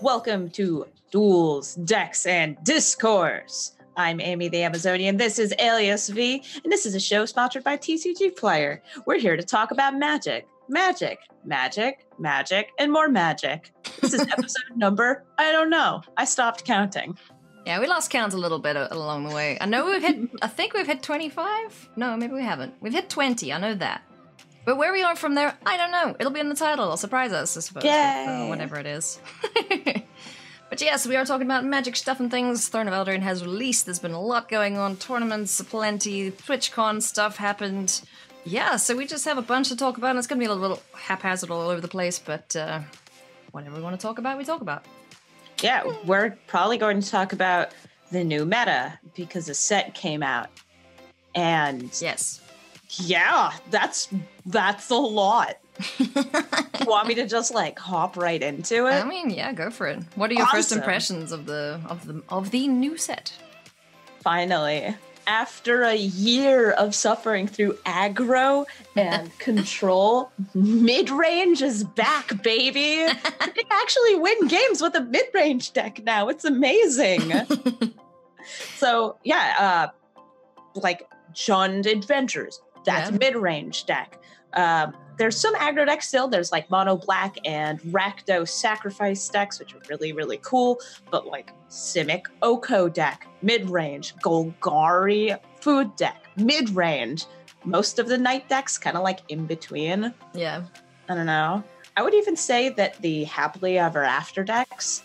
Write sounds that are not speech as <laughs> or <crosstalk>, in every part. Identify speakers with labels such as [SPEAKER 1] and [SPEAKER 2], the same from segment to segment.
[SPEAKER 1] Welcome to Duels, Decks, and Discourse. I'm Amy the Amazonian. This is Alias V, and this is a show sponsored by TCG Player. We're here to talk about magic, magic, magic, magic, and more magic. This is episode number, I don't know. I stopped counting.
[SPEAKER 2] Yeah, we lost count a little bit a- along the way. I know we've hit. I think we've hit twenty-five. No, maybe we haven't. We've hit twenty. I know that. But where we are from there, I don't know. It'll be in the title. It'll surprise us, I suppose. with, uh,
[SPEAKER 1] Yay.
[SPEAKER 2] whatever it is. <laughs> but yes, we are talking about magic stuff and things. Throne of Eldraine has released. There's been a lot going on. Tournaments aplenty. TwitchCon stuff happened. Yeah, so we just have a bunch to talk about. And it's going to be a little haphazard all over the place, but uh, whatever we want to talk about, we talk about.
[SPEAKER 1] Yeah, we're probably going to talk about the new meta because a set came out. And
[SPEAKER 2] Yes.
[SPEAKER 1] yeah, that's that's a lot. Want me to just like hop right into it?
[SPEAKER 2] I mean, yeah, go for it. What are your first
[SPEAKER 1] Awesome.
[SPEAKER 2] impressions of the of the of the new set?
[SPEAKER 1] finally, after a year of suffering through aggro and control, mid range is back, baby. <laughs> they actually win games with a mid range deck now. It's amazing. so, yeah, uh, like Jund Adventures, that's
[SPEAKER 2] Yeah.
[SPEAKER 1] mid range deck. Um, there's some aggro decks still. There's like Mono Black and Rakdos Sacrifice decks, which are really, really cool but like Simic Oko deck, mid range, Golgari food deck, mid range. Most of the night decks kind of like in between.
[SPEAKER 2] Yeah,
[SPEAKER 1] I don't know. I would even say that the happily ever after decks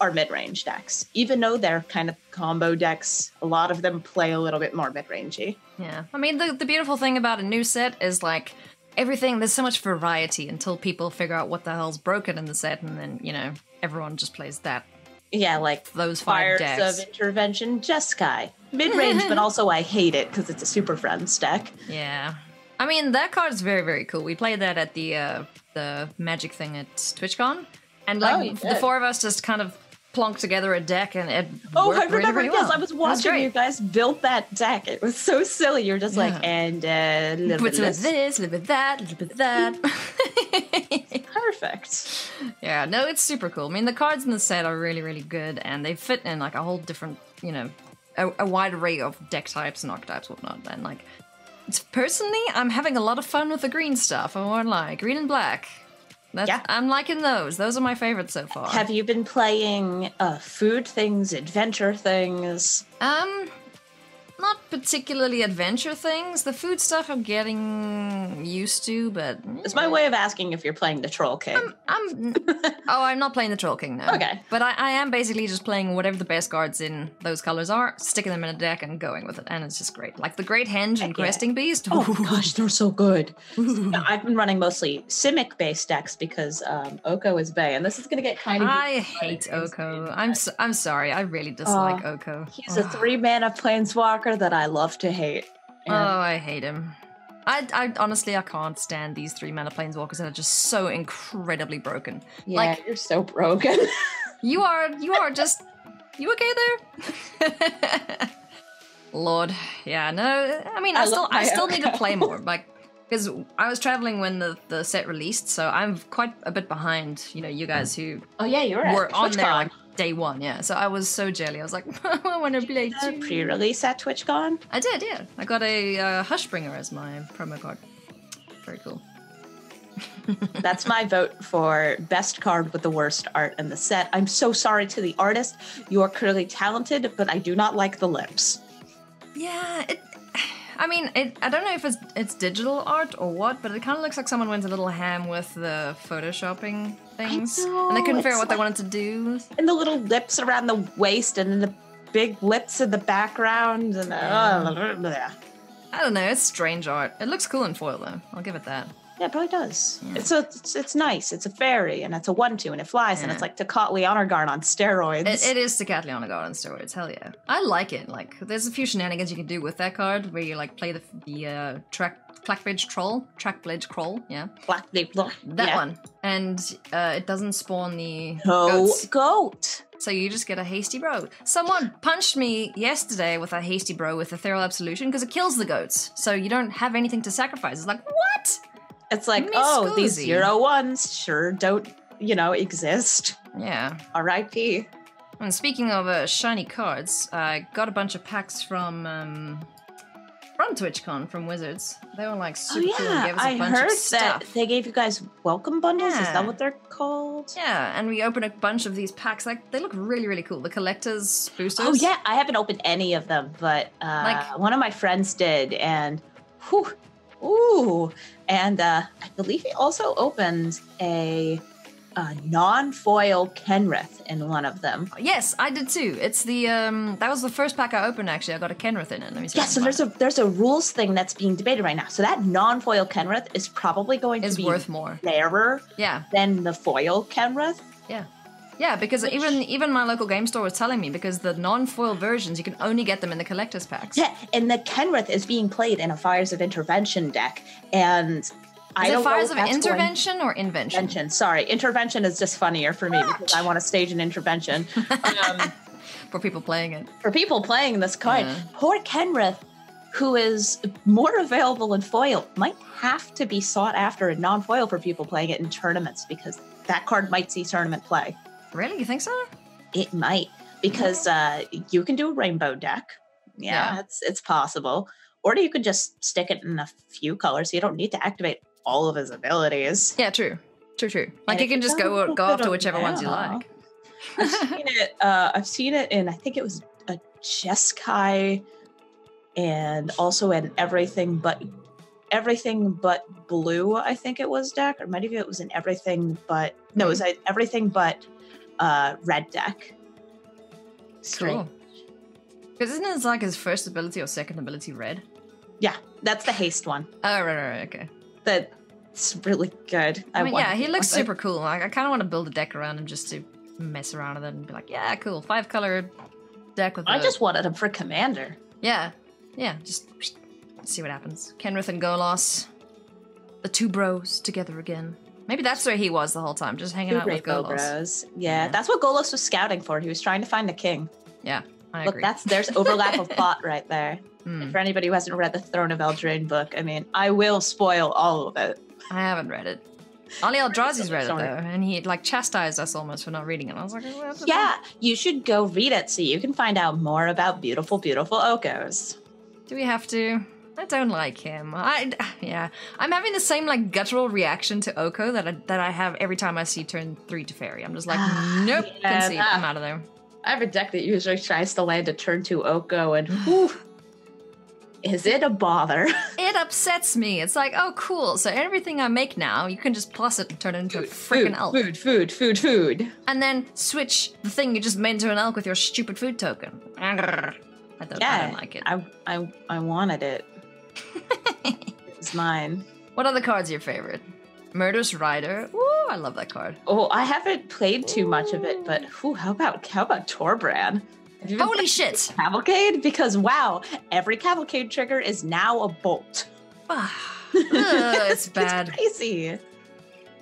[SPEAKER 1] are mid range decks, even though they're kind of combo decks. A lot of them play a little bit more mid rangey.
[SPEAKER 2] yeah. I mean, the the beautiful thing about a new set is like everything. There's so much variety until people figure out what the hell's broken in the set, and then you know everyone just plays that
[SPEAKER 1] Yeah, like
[SPEAKER 2] those
[SPEAKER 1] Fires
[SPEAKER 2] five decks.
[SPEAKER 1] of Intervention Jeskai. Mid range,
[SPEAKER 2] <laughs>
[SPEAKER 1] but also I hate it because it's a Super Friends deck.
[SPEAKER 2] Yeah. I mean, that card's very, very cool. We played that at the uh, the magic thing at TwitchCon. And
[SPEAKER 1] Oh,
[SPEAKER 2] like
[SPEAKER 1] you
[SPEAKER 2] the
[SPEAKER 1] did.
[SPEAKER 2] four of us just kind of plonked together a deck and it
[SPEAKER 1] Oh, I
[SPEAKER 2] worked really,
[SPEAKER 1] remember.
[SPEAKER 2] really
[SPEAKER 1] yes,
[SPEAKER 2] well.
[SPEAKER 1] I was
[SPEAKER 2] That
[SPEAKER 1] watching
[SPEAKER 2] great.
[SPEAKER 1] you guys build that deck. It was so silly. You were just like,
[SPEAKER 2] Yeah.
[SPEAKER 1] and uh, a little
[SPEAKER 2] Put
[SPEAKER 1] bit
[SPEAKER 2] a little bit
[SPEAKER 1] less.
[SPEAKER 2] of this, a little bit of that, <laughs> a little bit of that.
[SPEAKER 1] Perfect.
[SPEAKER 2] yeah, no, it's super cool. I mean, the cards in the set are really, really good, and they fit in like a whole different, you know, a, a wide array of deck types and archetypes, whatnot. And like, it's, personally, I'm having a lot of fun with the green stuff. I won't lie, green and black. That's,
[SPEAKER 1] Yeah.
[SPEAKER 2] I'm liking those. Those are my favorites so far.
[SPEAKER 1] Have you been playing uh, food things, adventure things?
[SPEAKER 2] Um, not particularly adventure things. The food stuff I'm getting used to, but
[SPEAKER 1] It's my way of asking if you're playing the Troll King.
[SPEAKER 2] I'm. oh, I'm not playing the Troll King now.
[SPEAKER 1] Okay.
[SPEAKER 2] But I, I am basically just playing whatever the best cards in those colors are, sticking them in a deck and going with it, and it's just great. Like the Great Henge and
[SPEAKER 1] Yeah.
[SPEAKER 2] Questing Beast. <laughs>
[SPEAKER 1] Oh my gosh, they're so good. No, I've been running mostly Simic based decks because um, Oko is Bay, and this is going to get kind of.
[SPEAKER 2] I hate Oko. I'm so, I'm sorry. I really dislike Oko.
[SPEAKER 1] Oh, He's a three mana planeswalker that I love to hate.
[SPEAKER 2] Oh,
[SPEAKER 1] And
[SPEAKER 2] I hate him. I, I honestly I can't stand these three mana planeswalkers that are just so incredibly broken.
[SPEAKER 1] yeah,
[SPEAKER 2] like-
[SPEAKER 1] you're so broken. <laughs>
[SPEAKER 2] You are you are just you okay there? <laughs> Lord, yeah, no. I mean, I,
[SPEAKER 1] I love
[SPEAKER 2] still I
[SPEAKER 1] my
[SPEAKER 2] still need to
[SPEAKER 1] Oko.
[SPEAKER 2] play more, like because I was traveling when the the set released, so I'm quite a bit behind. You know, you guys who
[SPEAKER 1] oh yeah, you were, at
[SPEAKER 2] were on there
[SPEAKER 1] TwitchCon.
[SPEAKER 2] like day one, yeah. So I was so jelly. I was like, <laughs> I want to play.
[SPEAKER 1] a
[SPEAKER 2] too.
[SPEAKER 1] pre-release at
[SPEAKER 2] <laughs>
[SPEAKER 1] TwitchCon.
[SPEAKER 2] I did, yeah. I got a uh, Hushbringer as my promo card. Very cool.
[SPEAKER 1] That's my vote for best card with the worst art in the set. I'm so sorry to the artist. You are clearly talented, but I do not like the lips.
[SPEAKER 2] Yeah, it. <sighs> I mean, it, I don't know if it's it's digital art or what, but it kind of looks like someone went a little ham with the photoshopping things, and they
[SPEAKER 1] know,
[SPEAKER 2] couldn't figure out
[SPEAKER 1] it's
[SPEAKER 2] what they
[SPEAKER 1] like-
[SPEAKER 2] wanted to do.
[SPEAKER 1] And the little lips around the waist and then the big lips in the background and the, yeah,
[SPEAKER 2] I don't know. It's strange art. It looks cool in foil though. I'll give it that.
[SPEAKER 1] it probably does.
[SPEAKER 2] Hmm.
[SPEAKER 1] It's a it's, it's nice. It's a fairy and it's a one-two and it flies and it's like Tecatli Honorgarn on steroids.
[SPEAKER 2] It, it is the Catalina God on steroids. Hell yeah, I like it. Like, there's a few shenanigans you can do with that card where you like play the the uh, track Clackbridge Troll, Trackbridge Crawl, yeah,
[SPEAKER 1] Black they look
[SPEAKER 2] that
[SPEAKER 1] yeah.
[SPEAKER 2] one, and uh, it doesn't spawn the
[SPEAKER 1] No
[SPEAKER 2] goats.
[SPEAKER 1] goat.
[SPEAKER 2] So you just get a hasty bro. Someone punched me yesterday with a hasty bro with a feral absolution because it kills the goats. So you don't have anything to sacrifice. It's like what?
[SPEAKER 1] It's like,
[SPEAKER 2] Miss
[SPEAKER 1] oh, these
[SPEAKER 2] Scoozy.
[SPEAKER 1] zero ones sure don't you know, exist.
[SPEAKER 2] Yeah.
[SPEAKER 1] R.I.P.
[SPEAKER 2] And speaking of uh, shiny cards, I got a bunch of packs from um, from TwitchCon from Wizards. They were like super cool and gave us a
[SPEAKER 1] Oh, I
[SPEAKER 2] bunch
[SPEAKER 1] heard
[SPEAKER 2] of
[SPEAKER 1] that
[SPEAKER 2] stuff.
[SPEAKER 1] they gave you guys welcome bundles. Is
[SPEAKER 2] Yeah.
[SPEAKER 1] that what they're called?
[SPEAKER 2] Yeah, and we opened a bunch of these packs. Like they look really, really cool. The collectors boosters.
[SPEAKER 1] Oh yeah, I haven't opened any of them, but uh,
[SPEAKER 2] Like-
[SPEAKER 1] one of my friends did, and whew, ooh, and uh, I believe he also opened a, a non-foil Kenrith in one of them.
[SPEAKER 2] Yes, I did too. It's the um that was the first pack I opened actually. I got a Kenrith in it. Let me see.
[SPEAKER 1] Yeah, so there's a there's a rules thing that's being debated right now. So that non-foil Kenrith is probably going to
[SPEAKER 2] is
[SPEAKER 1] be
[SPEAKER 2] worth more.
[SPEAKER 1] rarer
[SPEAKER 2] Yeah.
[SPEAKER 1] than the foil Kenrith.
[SPEAKER 2] Yeah, because
[SPEAKER 1] Which-
[SPEAKER 2] even even my local game store was telling me because the non-foil versions you can only get them in the collectors packs.
[SPEAKER 1] Yeah, and the Kenrith is being played in a Fires of Intervention deck, and I
[SPEAKER 2] Is
[SPEAKER 1] don't
[SPEAKER 2] it fires
[SPEAKER 1] know
[SPEAKER 2] of
[SPEAKER 1] if that's going-
[SPEAKER 2] intervention or invention?
[SPEAKER 1] intervention. Sorry, intervention is just funnier for me because I want to stage an intervention. Um,
[SPEAKER 2] For people playing it.
[SPEAKER 1] for people playing this card,
[SPEAKER 2] Yeah.
[SPEAKER 1] poor Kenrith, who is more available in foil, might have to be sought after in non foil for people playing it in tournaments because that card might see tournament play.
[SPEAKER 2] Really? You think so?
[SPEAKER 1] It might because uh, you can do a rainbow deck. Yeah,
[SPEAKER 2] Yeah.
[SPEAKER 1] it's it's possible. Or you could just stick it in a few colors. You don't need to activate all of his abilities.
[SPEAKER 2] Yeah, true. True, true. Like
[SPEAKER 1] And
[SPEAKER 2] you
[SPEAKER 1] if
[SPEAKER 2] can
[SPEAKER 1] you
[SPEAKER 2] just
[SPEAKER 1] go a
[SPEAKER 2] go
[SPEAKER 1] little
[SPEAKER 2] go
[SPEAKER 1] bit
[SPEAKER 2] after whichever ones you
[SPEAKER 1] around- <laughs>
[SPEAKER 2] like.
[SPEAKER 1] I've
[SPEAKER 2] <laughs>
[SPEAKER 1] seen it. Uh, I've seen it in I think it was a Jeskai, and also in everything but everything but blue. I think it was deck, or maybe it was in everything but no, it
[SPEAKER 2] Hmm.
[SPEAKER 1] was in everything but uh, red deck.
[SPEAKER 2] Cool. Because isn't it like his first ability or second ability red?
[SPEAKER 1] That's the haste one.
[SPEAKER 2] Oh right, right, right okay.
[SPEAKER 1] That's really good.
[SPEAKER 2] I mean,
[SPEAKER 1] want
[SPEAKER 2] yeah,
[SPEAKER 1] to
[SPEAKER 2] he
[SPEAKER 1] play
[SPEAKER 2] looks
[SPEAKER 1] with it.
[SPEAKER 2] super cool. Like, I kind of want to build a deck around him just to mess around with it and be like, yeah, cool, five color deck with.
[SPEAKER 1] I
[SPEAKER 2] the-
[SPEAKER 1] just wanted him for commander.
[SPEAKER 2] yeah, yeah, just see what happens. Kenrith and Golos, the two bros together again. Maybe that's where he was the whole time, just hanging
[SPEAKER 1] Two
[SPEAKER 2] out with
[SPEAKER 1] rainbow
[SPEAKER 2] Golos.
[SPEAKER 1] bros. Yeah,
[SPEAKER 2] Yeah.
[SPEAKER 1] that's what Golos was scouting for. He was trying to find the king.
[SPEAKER 2] I
[SPEAKER 1] Look,
[SPEAKER 2] agree.
[SPEAKER 1] that's there's overlap
[SPEAKER 2] <laughs>
[SPEAKER 1] of plot right there.
[SPEAKER 2] Hmm.
[SPEAKER 1] For anybody who hasn't read the Throne of Eldraine book, I mean, I will spoil all of <laughs> it.
[SPEAKER 2] I haven't read it. Ali Eldrazi's read it though,
[SPEAKER 1] Sorry.
[SPEAKER 2] and he like chastised us almost for not reading it. I was like, "Oh, that's a-
[SPEAKER 1] Yeah, you should go read it so you can find out more about beautiful, beautiful Okos.
[SPEAKER 2] Do we have to? I don't like him. I <sighs> yeah. I'm having the same like guttural reaction to Oko that I, that I have every time I see turn three to fairy.
[SPEAKER 1] <sighs>
[SPEAKER 2] I'm just like,
[SPEAKER 1] Ah,
[SPEAKER 2] nope,
[SPEAKER 1] yeah,
[SPEAKER 2] concede.
[SPEAKER 1] that-
[SPEAKER 2] I'm out of there.
[SPEAKER 1] I have a deck that usually tries to land a turn to Oko, <gasps> and whew, is it a <laughs> bother?
[SPEAKER 2] It upsets me. It's like, oh cool. So everything I make now, you can just plus it and turn it into a freaking
[SPEAKER 1] food,
[SPEAKER 2] elk,
[SPEAKER 1] food, food, food, food.
[SPEAKER 2] and then switch the thing you just made into an elk with your stupid food token. I don't, I
[SPEAKER 1] Yeah,
[SPEAKER 2] don't like it.
[SPEAKER 1] I, I, I wanted it. it was mine.
[SPEAKER 2] What other card's your favorite? Murderous Rider. Ooh, I love that card.
[SPEAKER 1] Oh, I haven't played too much of it, but whew, how about how about Torbran? Have you been <laughs>
[SPEAKER 2] Holy shit!
[SPEAKER 1] Cavalcade? Because wow, every cavalcade trigger is now a bolt.
[SPEAKER 2] Ah. Ugh, <laughs> it's bad.
[SPEAKER 1] It's crazy.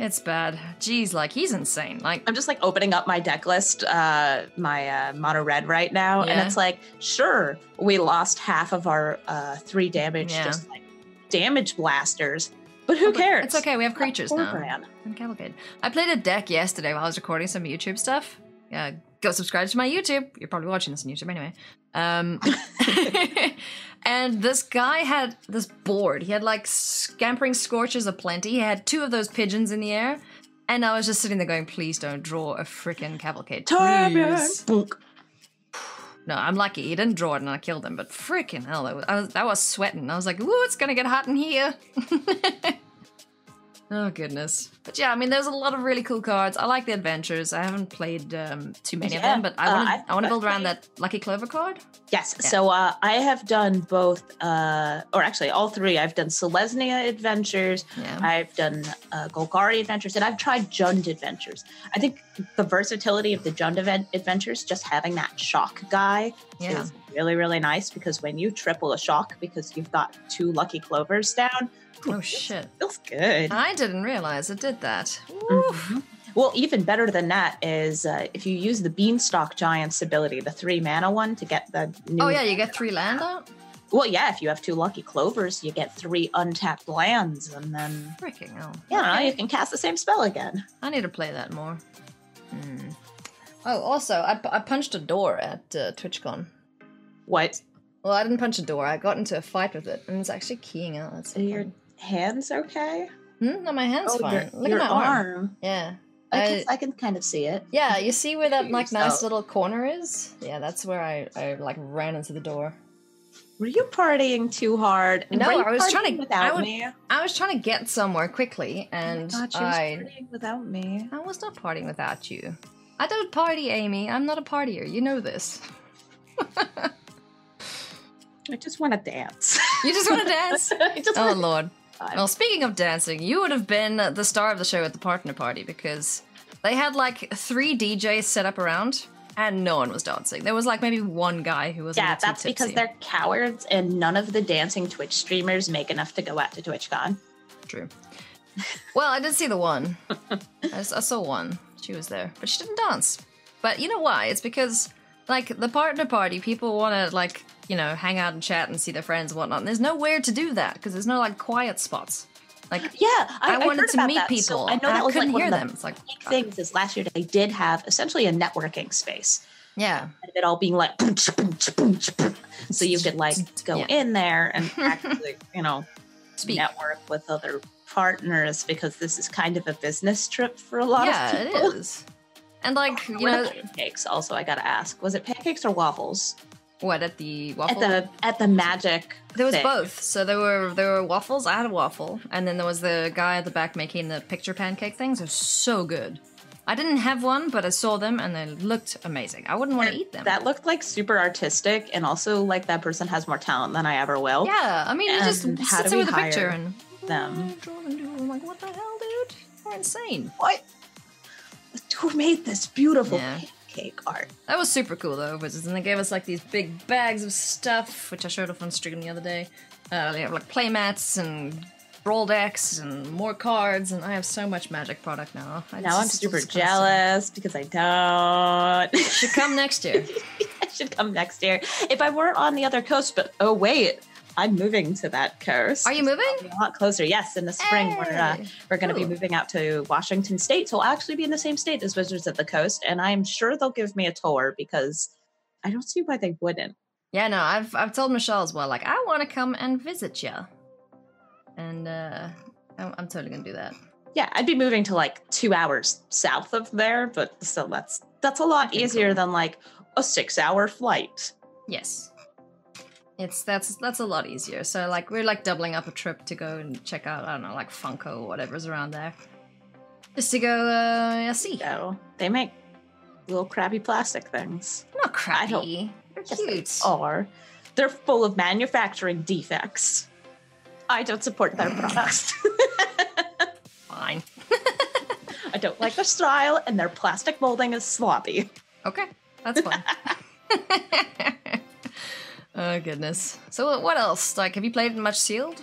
[SPEAKER 2] It's bad. Jeez, like he's insane. Like
[SPEAKER 1] I'm just like opening up my deck list, uh, my uh, mono red right now, and
[SPEAKER 2] Yeah.
[SPEAKER 1] it's like, sure, we lost half of our uh, three damage,
[SPEAKER 2] Yeah.
[SPEAKER 1] just like damage blasters, but who
[SPEAKER 2] but
[SPEAKER 1] cares?
[SPEAKER 2] It's okay. We have creatures now.
[SPEAKER 1] Torbran.
[SPEAKER 2] And Cavalcade. I played a deck yesterday while I was recording some YouTube stuff. Yeah, go subscribe to my YouTube. You're probably watching this on YouTube anyway. Um, <laughs> and this guy had this board. He had like scampering scorches aplenty. He had two of those pigeons in the air. And I was just sitting there going, please don't draw a freaking cavalcade. Please.
[SPEAKER 1] Torbran. Boonk.
[SPEAKER 2] No, I'm lucky. He didn't draw it and I killed him, but freaking hell, that was, I was, that was sweating. I was like, ooh, it's gonna get hot in here. <laughs> oh, goodness. But yeah, I mean, there's a lot of really cool cards. I like the adventures. I haven't played um, too many of
[SPEAKER 1] Yeah,
[SPEAKER 2] them, but I
[SPEAKER 1] uh,
[SPEAKER 2] want to
[SPEAKER 1] I-
[SPEAKER 2] I want to build
[SPEAKER 1] I-
[SPEAKER 2] around that Lucky Clover card.
[SPEAKER 1] Yes.
[SPEAKER 2] Yeah.
[SPEAKER 1] So uh, I have done both, uh, or actually all three. I've done Selesnia Adventures,
[SPEAKER 2] Yeah.
[SPEAKER 1] Um, I've done uh, Golgari Adventures, and I've tried Jund Adventures. I think the versatility of the Jund event- Adventures, just having that shock guy,
[SPEAKER 2] Yeah.
[SPEAKER 1] is really, really nice because when you triple a shock because you've got two lucky clovers down,
[SPEAKER 2] Oh, shit.
[SPEAKER 1] feels good.
[SPEAKER 2] I didn't realize it did that.
[SPEAKER 1] Mhm. Well, even better than that is uh, if you use the Beanstalk Giant's ability, the three mana one, to get the new
[SPEAKER 2] Oh, yeah, you get three land out?
[SPEAKER 1] Well, yeah, if you have two lucky clovers, you get three untapped lands, and then
[SPEAKER 2] Freaking hell.
[SPEAKER 1] you know
[SPEAKER 2] Okay.
[SPEAKER 1] you can cast the same spell again.
[SPEAKER 2] I need to play that more. Hmm. Oh, also, I, pu- I punched a door at uh, TwitchCon.
[SPEAKER 1] What?
[SPEAKER 2] Well, I didn't punch a door. I got into a fight with it, and it's actually keying out. That's so
[SPEAKER 1] Your
[SPEAKER 2] funny.
[SPEAKER 1] hands okay?
[SPEAKER 2] Hmm? No, my hand's
[SPEAKER 1] Oh,
[SPEAKER 2] fine.
[SPEAKER 1] your-
[SPEAKER 2] Look
[SPEAKER 1] your
[SPEAKER 2] at my arm. Yeah.
[SPEAKER 1] I,
[SPEAKER 2] I-
[SPEAKER 1] can, I can kind of see it.
[SPEAKER 2] Yeah, you see where that
[SPEAKER 1] Figure
[SPEAKER 2] like
[SPEAKER 1] this
[SPEAKER 2] nice
[SPEAKER 1] out.
[SPEAKER 2] little corner is? Yeah, that's where I, I like ran into the door.
[SPEAKER 1] Were you partying too hard?
[SPEAKER 2] No,
[SPEAKER 1] Were you
[SPEAKER 2] I was trying
[SPEAKER 1] partying
[SPEAKER 2] to-
[SPEAKER 1] without
[SPEAKER 2] I would-
[SPEAKER 1] me. Oh
[SPEAKER 2] I was trying to get somewhere quickly and
[SPEAKER 1] God, she was
[SPEAKER 2] I
[SPEAKER 1] partying without me.
[SPEAKER 2] I was not partying without you. I don't party, Amy. I'm not a partier. You know this. <laughs>
[SPEAKER 1] I just want to dance. <laughs>
[SPEAKER 2] You just want to <laughs> dance.
[SPEAKER 1] I just
[SPEAKER 2] oh
[SPEAKER 1] wanna
[SPEAKER 2] lord.
[SPEAKER 1] time.
[SPEAKER 2] Well, speaking of dancing, you would have been the star of the show at the partner party because they had like three DJs set up around and no one was dancing. There was like maybe one guy who was a
[SPEAKER 1] yeah,
[SPEAKER 2] little too
[SPEAKER 1] that's because
[SPEAKER 2] tipsy.
[SPEAKER 1] they're cowards, and none of the dancing Twitch streamers make enough to go out to TwitchCon.
[SPEAKER 2] True. Well, I did see the one. I, s- I saw one. She was there, but she didn't dance. But you know why? It's because like the partner party, people want to like you know hang out and chat and see their friends and whatnot. And there's nowhere to do that because there's no like quiet spots. Like
[SPEAKER 1] Yeah, I,
[SPEAKER 2] I,
[SPEAKER 1] I
[SPEAKER 2] wanted
[SPEAKER 1] heard
[SPEAKER 2] to
[SPEAKER 1] about
[SPEAKER 2] meet
[SPEAKER 1] that, so
[SPEAKER 2] people.
[SPEAKER 1] I know that
[SPEAKER 2] and I
[SPEAKER 1] was like
[SPEAKER 2] couldn't
[SPEAKER 1] one
[SPEAKER 2] hear
[SPEAKER 1] of the
[SPEAKER 2] them. It's like
[SPEAKER 1] big things is last year they did have essentially a networking space
[SPEAKER 2] yeah,
[SPEAKER 1] and it all being like <clears throat> boom, tch, boom, tch, boom, tch, boom. so you could like go
[SPEAKER 2] Yeah.
[SPEAKER 1] in there
[SPEAKER 2] <laughs>
[SPEAKER 1] and actually you know
[SPEAKER 2] speak.
[SPEAKER 1] network with other partners because this is kind of a business trip for a lot
[SPEAKER 2] yeah,
[SPEAKER 1] of people
[SPEAKER 2] it is. And like you
[SPEAKER 1] Were the
[SPEAKER 2] know
[SPEAKER 1] pancakes also i gotta ask was it pancakes or waffles
[SPEAKER 2] what at the waffle
[SPEAKER 1] at the at the magic
[SPEAKER 2] There was
[SPEAKER 1] thing.
[SPEAKER 2] both. So there were there were waffles. I had a waffle, and then there was the guy at the back making the picture pancake things. They're so good. I didn't have one, but I saw them and they looked amazing. I wouldn't want to eat them.
[SPEAKER 1] that looked like super artistic and also like that person has more talent than i ever will
[SPEAKER 2] yeah, I mean, it just
[SPEAKER 1] And how
[SPEAKER 2] sits
[SPEAKER 1] do
[SPEAKER 2] there
[SPEAKER 1] we
[SPEAKER 2] with a picture
[SPEAKER 1] hire
[SPEAKER 2] and
[SPEAKER 1] them?
[SPEAKER 2] I'm like, what the hell, dude? You're insane.
[SPEAKER 1] what who made this beautiful
[SPEAKER 2] Yeah.
[SPEAKER 1] pancake art
[SPEAKER 2] That was super cool though, because and they gave us like these big bags of stuff, which I showed off on stream the other day. Uh, they have like playmats and brawl decks and more cards, and I have so much magic product now. I
[SPEAKER 1] Now I'm
[SPEAKER 2] just-
[SPEAKER 1] super
[SPEAKER 2] it's constant.
[SPEAKER 1] jealous because I don't. <laughs>
[SPEAKER 2] Should come next year.
[SPEAKER 1] I should come next year if I weren't on the other coast. But oh wait, I'm moving to that coast.
[SPEAKER 2] Are you moving?
[SPEAKER 1] A lot closer. Yes, in the spring we're uh,
[SPEAKER 2] Hey.
[SPEAKER 1] we're going to be
[SPEAKER 2] Ooh.
[SPEAKER 1] moving out to Washington State, so I'll actually be in the same state as Wizards of the Coast, and I'm sure they'll give me a tour because I don't see why they wouldn't.
[SPEAKER 2] Yeah, no, I've I've told Michelle as well. Like, I want to come and visit you, and uh, I'm, I'm totally gonna do that.
[SPEAKER 1] Yeah, I'd be moving to like two hours south of there, but still, that's that's a lot
[SPEAKER 2] Okay,
[SPEAKER 1] easier
[SPEAKER 2] cool.
[SPEAKER 1] than like a six-hour flight.
[SPEAKER 2] Yes, it's that's that's a lot easier. So like, we're like doubling up a trip to go and check out I don't know like Funko or whatever's around there, just to go uh yeah, see.
[SPEAKER 1] So they make little crappy plastic things.
[SPEAKER 2] Not crappy. They're
[SPEAKER 1] Yes, they
[SPEAKER 2] cute.
[SPEAKER 1] are. They're full of manufacturing defects. I don't support <laughs> their products.
[SPEAKER 2] Fine.
[SPEAKER 1] I don't like their style, and their plastic molding is sloppy.
[SPEAKER 2] Okay, that's fine.
[SPEAKER 1] <laughs>
[SPEAKER 2] oh goodness. So what else? Like, have you played much Sealed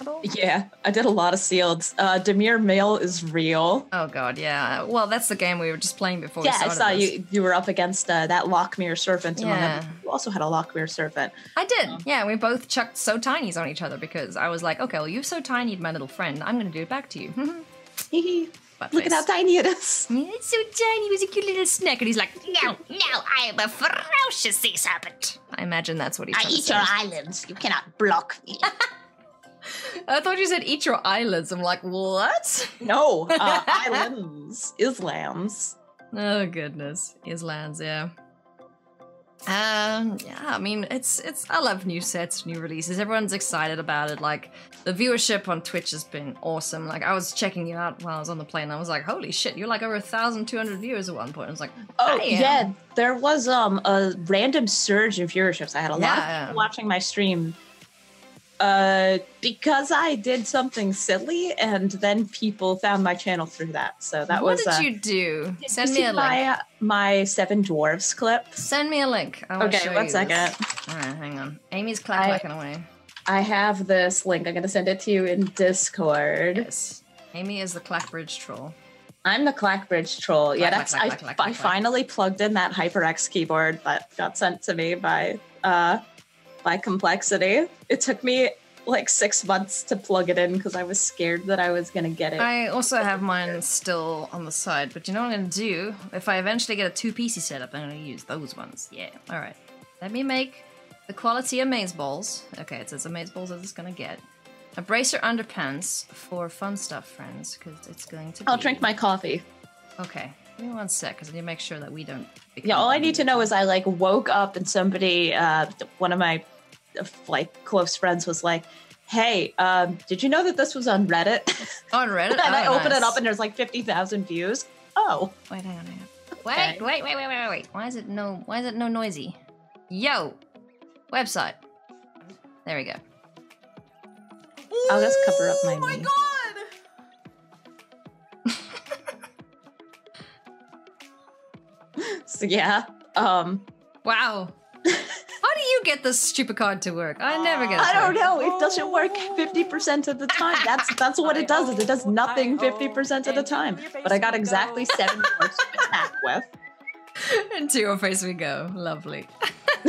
[SPEAKER 2] at all?
[SPEAKER 1] Yeah, I did a lot of sealed. Uh, Demir Mail is real.
[SPEAKER 2] Oh god, yeah. Well, that's the game we were just playing before.
[SPEAKER 1] yeah, I
[SPEAKER 2] we started
[SPEAKER 1] saw
[SPEAKER 2] this.
[SPEAKER 1] uh, you. You were up against uh, that Lockmere Serpent. and one of-
[SPEAKER 2] Yeah.
[SPEAKER 1] You also had a Lockmere Serpent.
[SPEAKER 2] I did. Yeah, we both chucked so tinies on each other because I was like, okay, well, you so tinied my little friend. I'm gonna do it back to you. <laughs>
[SPEAKER 1] Hee hee. <laughs>
[SPEAKER 2] Butt
[SPEAKER 1] Look at how
[SPEAKER 2] face.
[SPEAKER 1] tiny it is.
[SPEAKER 2] Yeah, It's so tiny. It was a cute little snack, and he's like, no.
[SPEAKER 3] No, I am a ferocious sea serpent.
[SPEAKER 2] I imagine that's what he's.
[SPEAKER 3] I
[SPEAKER 2] trying to
[SPEAKER 3] eat
[SPEAKER 2] say.
[SPEAKER 3] your islands. You cannot block me.
[SPEAKER 2] I thought you said eat your eyelids. I'm like, what?
[SPEAKER 1] No, <laughs> uh, islands, Islams.
[SPEAKER 2] Oh goodness, Islands, yeah. Um, yeah, I mean, it's it's. I love new sets, new releases. Everyone's excited about it. Like the viewership on Twitch has been awesome. Like I was checking you out while I was on the plane. I was like, holy shit, you're like over thousand two hundred viewers at one point. I was like,
[SPEAKER 1] Oh
[SPEAKER 2] I am.
[SPEAKER 1] yeah, there was um a random surge in viewerships. I had a lot of
[SPEAKER 2] Yeah.
[SPEAKER 1] people watching my stream. Uh, because I did something silly, and then people found my channel through that. So that
[SPEAKER 2] what
[SPEAKER 1] was.
[SPEAKER 2] did
[SPEAKER 1] uh,
[SPEAKER 2] you do?
[SPEAKER 1] did you
[SPEAKER 2] Send me
[SPEAKER 1] see
[SPEAKER 2] a link.
[SPEAKER 1] my uh, my seven dwarves clip.
[SPEAKER 2] Send me a link. I wanna
[SPEAKER 1] Okay,
[SPEAKER 2] show
[SPEAKER 1] one
[SPEAKER 2] you
[SPEAKER 1] second.
[SPEAKER 2] this. All right, hang on. Amy's
[SPEAKER 1] I-
[SPEAKER 2] clacking away.
[SPEAKER 1] I have this link. I'm gonna send it to you in Discord.
[SPEAKER 2] Yes, Amy is the Clackbridge troll.
[SPEAKER 1] I'm the Clackbridge troll. yeah,
[SPEAKER 2] Clack,
[SPEAKER 1] that's
[SPEAKER 2] clack,
[SPEAKER 1] I,
[SPEAKER 2] clack, clack,
[SPEAKER 1] I
[SPEAKER 2] clack, clack.
[SPEAKER 1] finally plugged in that HyperX keyboard that got sent to me by uh my complexity. It took me like six months to plug it in because I was scared that I was gonna get it.
[SPEAKER 2] I also have mine still on the side, but you know what I'm gonna do? If I eventually get a two piecey setup, I'm gonna use those ones. Yeah. All right. Let me make the quality of maze balls. Okay, it's as maze balls as it's gonna get. A bracer underpants for fun stuff, friends, because it's going to.
[SPEAKER 1] I'll
[SPEAKER 2] be-
[SPEAKER 1] drink my coffee.
[SPEAKER 2] Okay. Give me one sec, because I need to make sure that we don't.
[SPEAKER 1] Yeah, all I need to know is I like woke up and somebody, uh, one of my uh, like close friends was like, "Hey, um, did you know that this was on Reddit?" <laughs>
[SPEAKER 2] On Reddit.
[SPEAKER 1] and I
[SPEAKER 2] Oh,
[SPEAKER 1] open it
[SPEAKER 2] nice.
[SPEAKER 1] up and there's like fifty thousand views. Oh,
[SPEAKER 2] Wait, hang on, hang on.
[SPEAKER 1] Okay.
[SPEAKER 2] Wait, wait, wait, wait, wait, wait. Why is it no? Why is it no noisy? Yo, website. There we go.
[SPEAKER 1] I'll just cover up my
[SPEAKER 4] Oh my
[SPEAKER 1] knee.
[SPEAKER 4] god!
[SPEAKER 1] <laughs> so yeah. Um, <laughs>
[SPEAKER 2] Wow. How do you get this stupid card to work? I never get. It
[SPEAKER 1] I
[SPEAKER 2] to
[SPEAKER 1] don't
[SPEAKER 2] work.
[SPEAKER 1] know. It doesn't work
[SPEAKER 4] Oh.
[SPEAKER 1] fifty percent of the time.
[SPEAKER 4] <laughs>
[SPEAKER 1] That's that's what it does. Is it does nothing fifty percent of the time. But I got exactly seven words to
[SPEAKER 4] <laughs>
[SPEAKER 1] attack with.
[SPEAKER 2] <laughs> Into your face we go. Lovely. <laughs>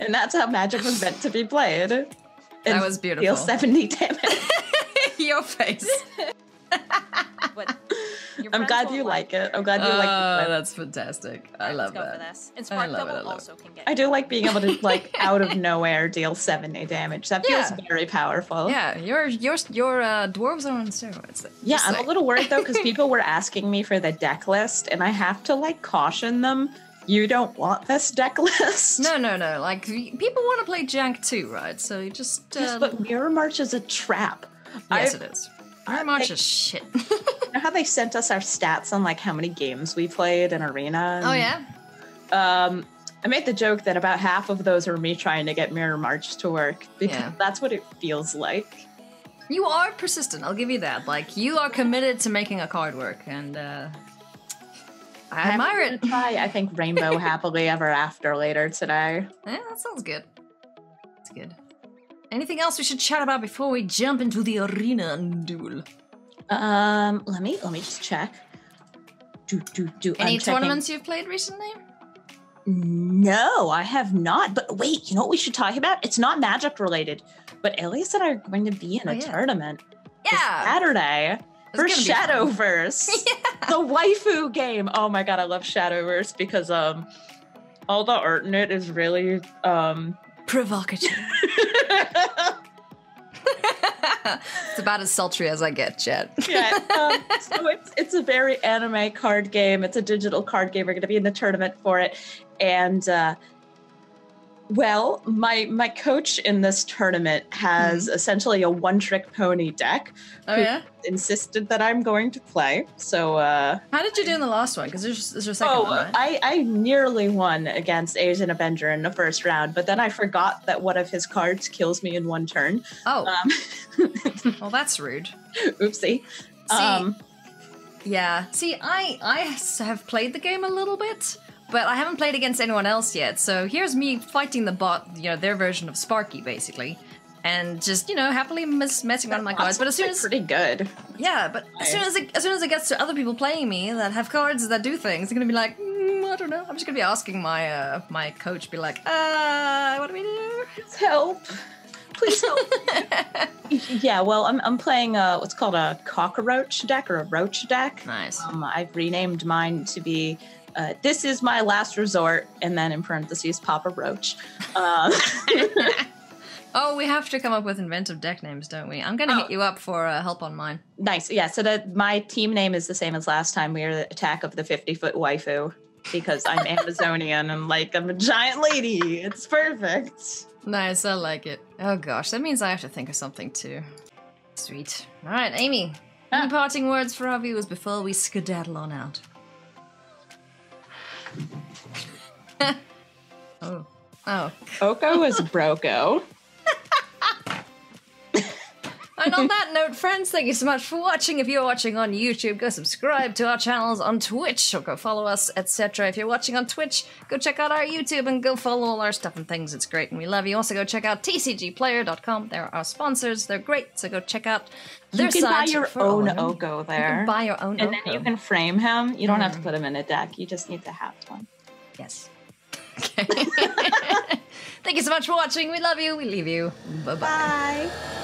[SPEAKER 1] and that's how magic was meant to be played. And
[SPEAKER 2] That was
[SPEAKER 1] Deal
[SPEAKER 2] beautiful.
[SPEAKER 1] seventy damage. <laughs>
[SPEAKER 2] your face.
[SPEAKER 4] But <laughs> your
[SPEAKER 1] I'm
[SPEAKER 4] friends
[SPEAKER 1] glad
[SPEAKER 4] won't
[SPEAKER 1] you like it. I'm
[SPEAKER 4] your
[SPEAKER 1] glad you
[SPEAKER 2] oh,
[SPEAKER 1] like it.
[SPEAKER 2] that's fantastic. I
[SPEAKER 4] friends
[SPEAKER 2] love
[SPEAKER 4] go for
[SPEAKER 2] that.
[SPEAKER 4] this. And Spark
[SPEAKER 2] love it, I
[SPEAKER 4] Double
[SPEAKER 2] love
[SPEAKER 4] also can get.
[SPEAKER 1] I do like being able to like
[SPEAKER 4] <laughs>
[SPEAKER 1] out of nowhere deal seventy damage. That feels
[SPEAKER 2] Yeah.
[SPEAKER 1] very powerful.
[SPEAKER 2] Yeah, your your your uh, dwarves are on steroids.
[SPEAKER 1] Yeah,
[SPEAKER 2] Just
[SPEAKER 1] I'm
[SPEAKER 2] saying.
[SPEAKER 1] a little worried though
[SPEAKER 2] <laughs>
[SPEAKER 1] because people were asking me for the deck list, and I have to like caution them. You don't want this deck <laughs> list.
[SPEAKER 2] No, no, no. Like y- people want to play jank too, right? So you just. Uh,
[SPEAKER 1] Yes, but Mirror March is a trap. I,
[SPEAKER 2] yes, it is.
[SPEAKER 1] I Mm.
[SPEAKER 2] Very much
[SPEAKER 1] think-
[SPEAKER 2] is shit. <laughs>
[SPEAKER 1] you know how they sent us our stats on like how many games we played in Arena?
[SPEAKER 2] oh yeah.
[SPEAKER 1] um, I made the joke that about half of those are me trying to get Mirror March to work because
[SPEAKER 2] Yeah.
[SPEAKER 1] that's what it feels like.
[SPEAKER 2] You are persistent. I'll give you that. Like you are committed to making a card work, and uh, I admire
[SPEAKER 1] I'm
[SPEAKER 2] it.
[SPEAKER 1] gonna Try, I think
[SPEAKER 2] <laughs>
[SPEAKER 1] Rainbow Happily Ever After later today.
[SPEAKER 2] Yeah, that sounds good. That's good. Anything else we should chat about before we jump into the arena and duel?
[SPEAKER 1] Um, let me let me just check. Do do do.
[SPEAKER 2] Any
[SPEAKER 1] I'm checking.
[SPEAKER 2] tournaments you've played recently?
[SPEAKER 1] No, I have not. But wait, you know what we should talk about? It's not magic related, but Elias and I are going to be in
[SPEAKER 2] Oh,
[SPEAKER 1] a
[SPEAKER 2] yeah.
[SPEAKER 1] tournament this
[SPEAKER 2] Yeah.
[SPEAKER 1] Saturday
[SPEAKER 2] it's
[SPEAKER 1] for
[SPEAKER 2] gonna be fun.
[SPEAKER 1] Shadowverse.
[SPEAKER 2] <laughs>
[SPEAKER 1] The waifu game. Oh my god, I love Shadowverse because um all the art in it is really um <laughs>
[SPEAKER 2] Provocative. <laughs> it's about as sultry as I get, Jet.
[SPEAKER 1] yeah. Um, so it's it's a very anime card game. It's a digital card game. We're going to be in the tournament for it, and uh, well, my my coach in this tournament has
[SPEAKER 2] Mm-hmm.
[SPEAKER 1] essentially a one trick pony deck.
[SPEAKER 2] Oh yeah.
[SPEAKER 1] Insisted that I'm going to play. So uh,
[SPEAKER 2] How did you do in the last one? Because there's, there's your second
[SPEAKER 1] oh,
[SPEAKER 2] one, right?
[SPEAKER 1] I I nearly won against Asian Avenger in the first round, but then I forgot that one of his cards kills me in one turn. <laughs>
[SPEAKER 2] oh,
[SPEAKER 1] Um, <laughs>
[SPEAKER 2] well, that's rude.
[SPEAKER 1] oopsie.
[SPEAKER 2] See,
[SPEAKER 1] um,
[SPEAKER 2] Yeah. See, I I s- have played the game a little bit, but I haven't played against anyone else yet. So here's me fighting the bot, you know, their version of Sparky, basically, and just you know happily mis- messing around with my cards. But as soon as
[SPEAKER 1] pretty good.
[SPEAKER 2] yeah, but as soon as it, as soon as it gets to other people playing me that have cards that do things, they're gonna be like, mm, I don't know. I'm just gonna be asking my uh, my coach, be like, uh, what do we do?
[SPEAKER 1] help. Please help. yeah, well, I'm, I'm playing uh what's called a cockroach deck or a roach deck.
[SPEAKER 2] <laughs> Nice.
[SPEAKER 1] Um, I've renamed mine to be uh, This is my last resort, and then in parentheses, Papa Roach. Um,
[SPEAKER 2] Oh, we have to come up with inventive deck names, don't we? I'm gonna
[SPEAKER 1] Oh.
[SPEAKER 2] hit you up for uh, help on mine.
[SPEAKER 1] nice. Yeah, so that my team name is the same as last time. We are the attack of the 50 foot waifu because I'm Amazonian and like I'm a giant lady. It's perfect.
[SPEAKER 2] Nice, I like it. Oh gosh, that means I have to think of something too. Sweet. All right, Amy. Any
[SPEAKER 1] Ah.
[SPEAKER 2] parting words for our viewers before we skedaddle on out? <laughs> oh. Oh.
[SPEAKER 1] Oko is
[SPEAKER 2] <laughs>
[SPEAKER 1] Broko.
[SPEAKER 2] And on that note, friends, thank you so much for watching. If you're watching on YouTube, go subscribe to our channels on Twitch or go follow us, etc. If you're watching on Twitch, go check out our YouTube and go follow all our stuff and things. It's great and we love you. Also, go check out tcgplayer.com. They're our sponsors. They're great. So go check out their
[SPEAKER 1] You can buy
[SPEAKER 2] site
[SPEAKER 1] your
[SPEAKER 2] for all
[SPEAKER 1] own
[SPEAKER 2] of them.
[SPEAKER 1] Oko there.
[SPEAKER 2] You can buy your own
[SPEAKER 1] And then
[SPEAKER 2] Oko.
[SPEAKER 1] Mm. you can frame him. You don't have to put him in a deck. You just need to have one.
[SPEAKER 2] Yes. <laughs> Thank you so much for watching. We love you. We leave you. Bye bye.
[SPEAKER 1] Bye.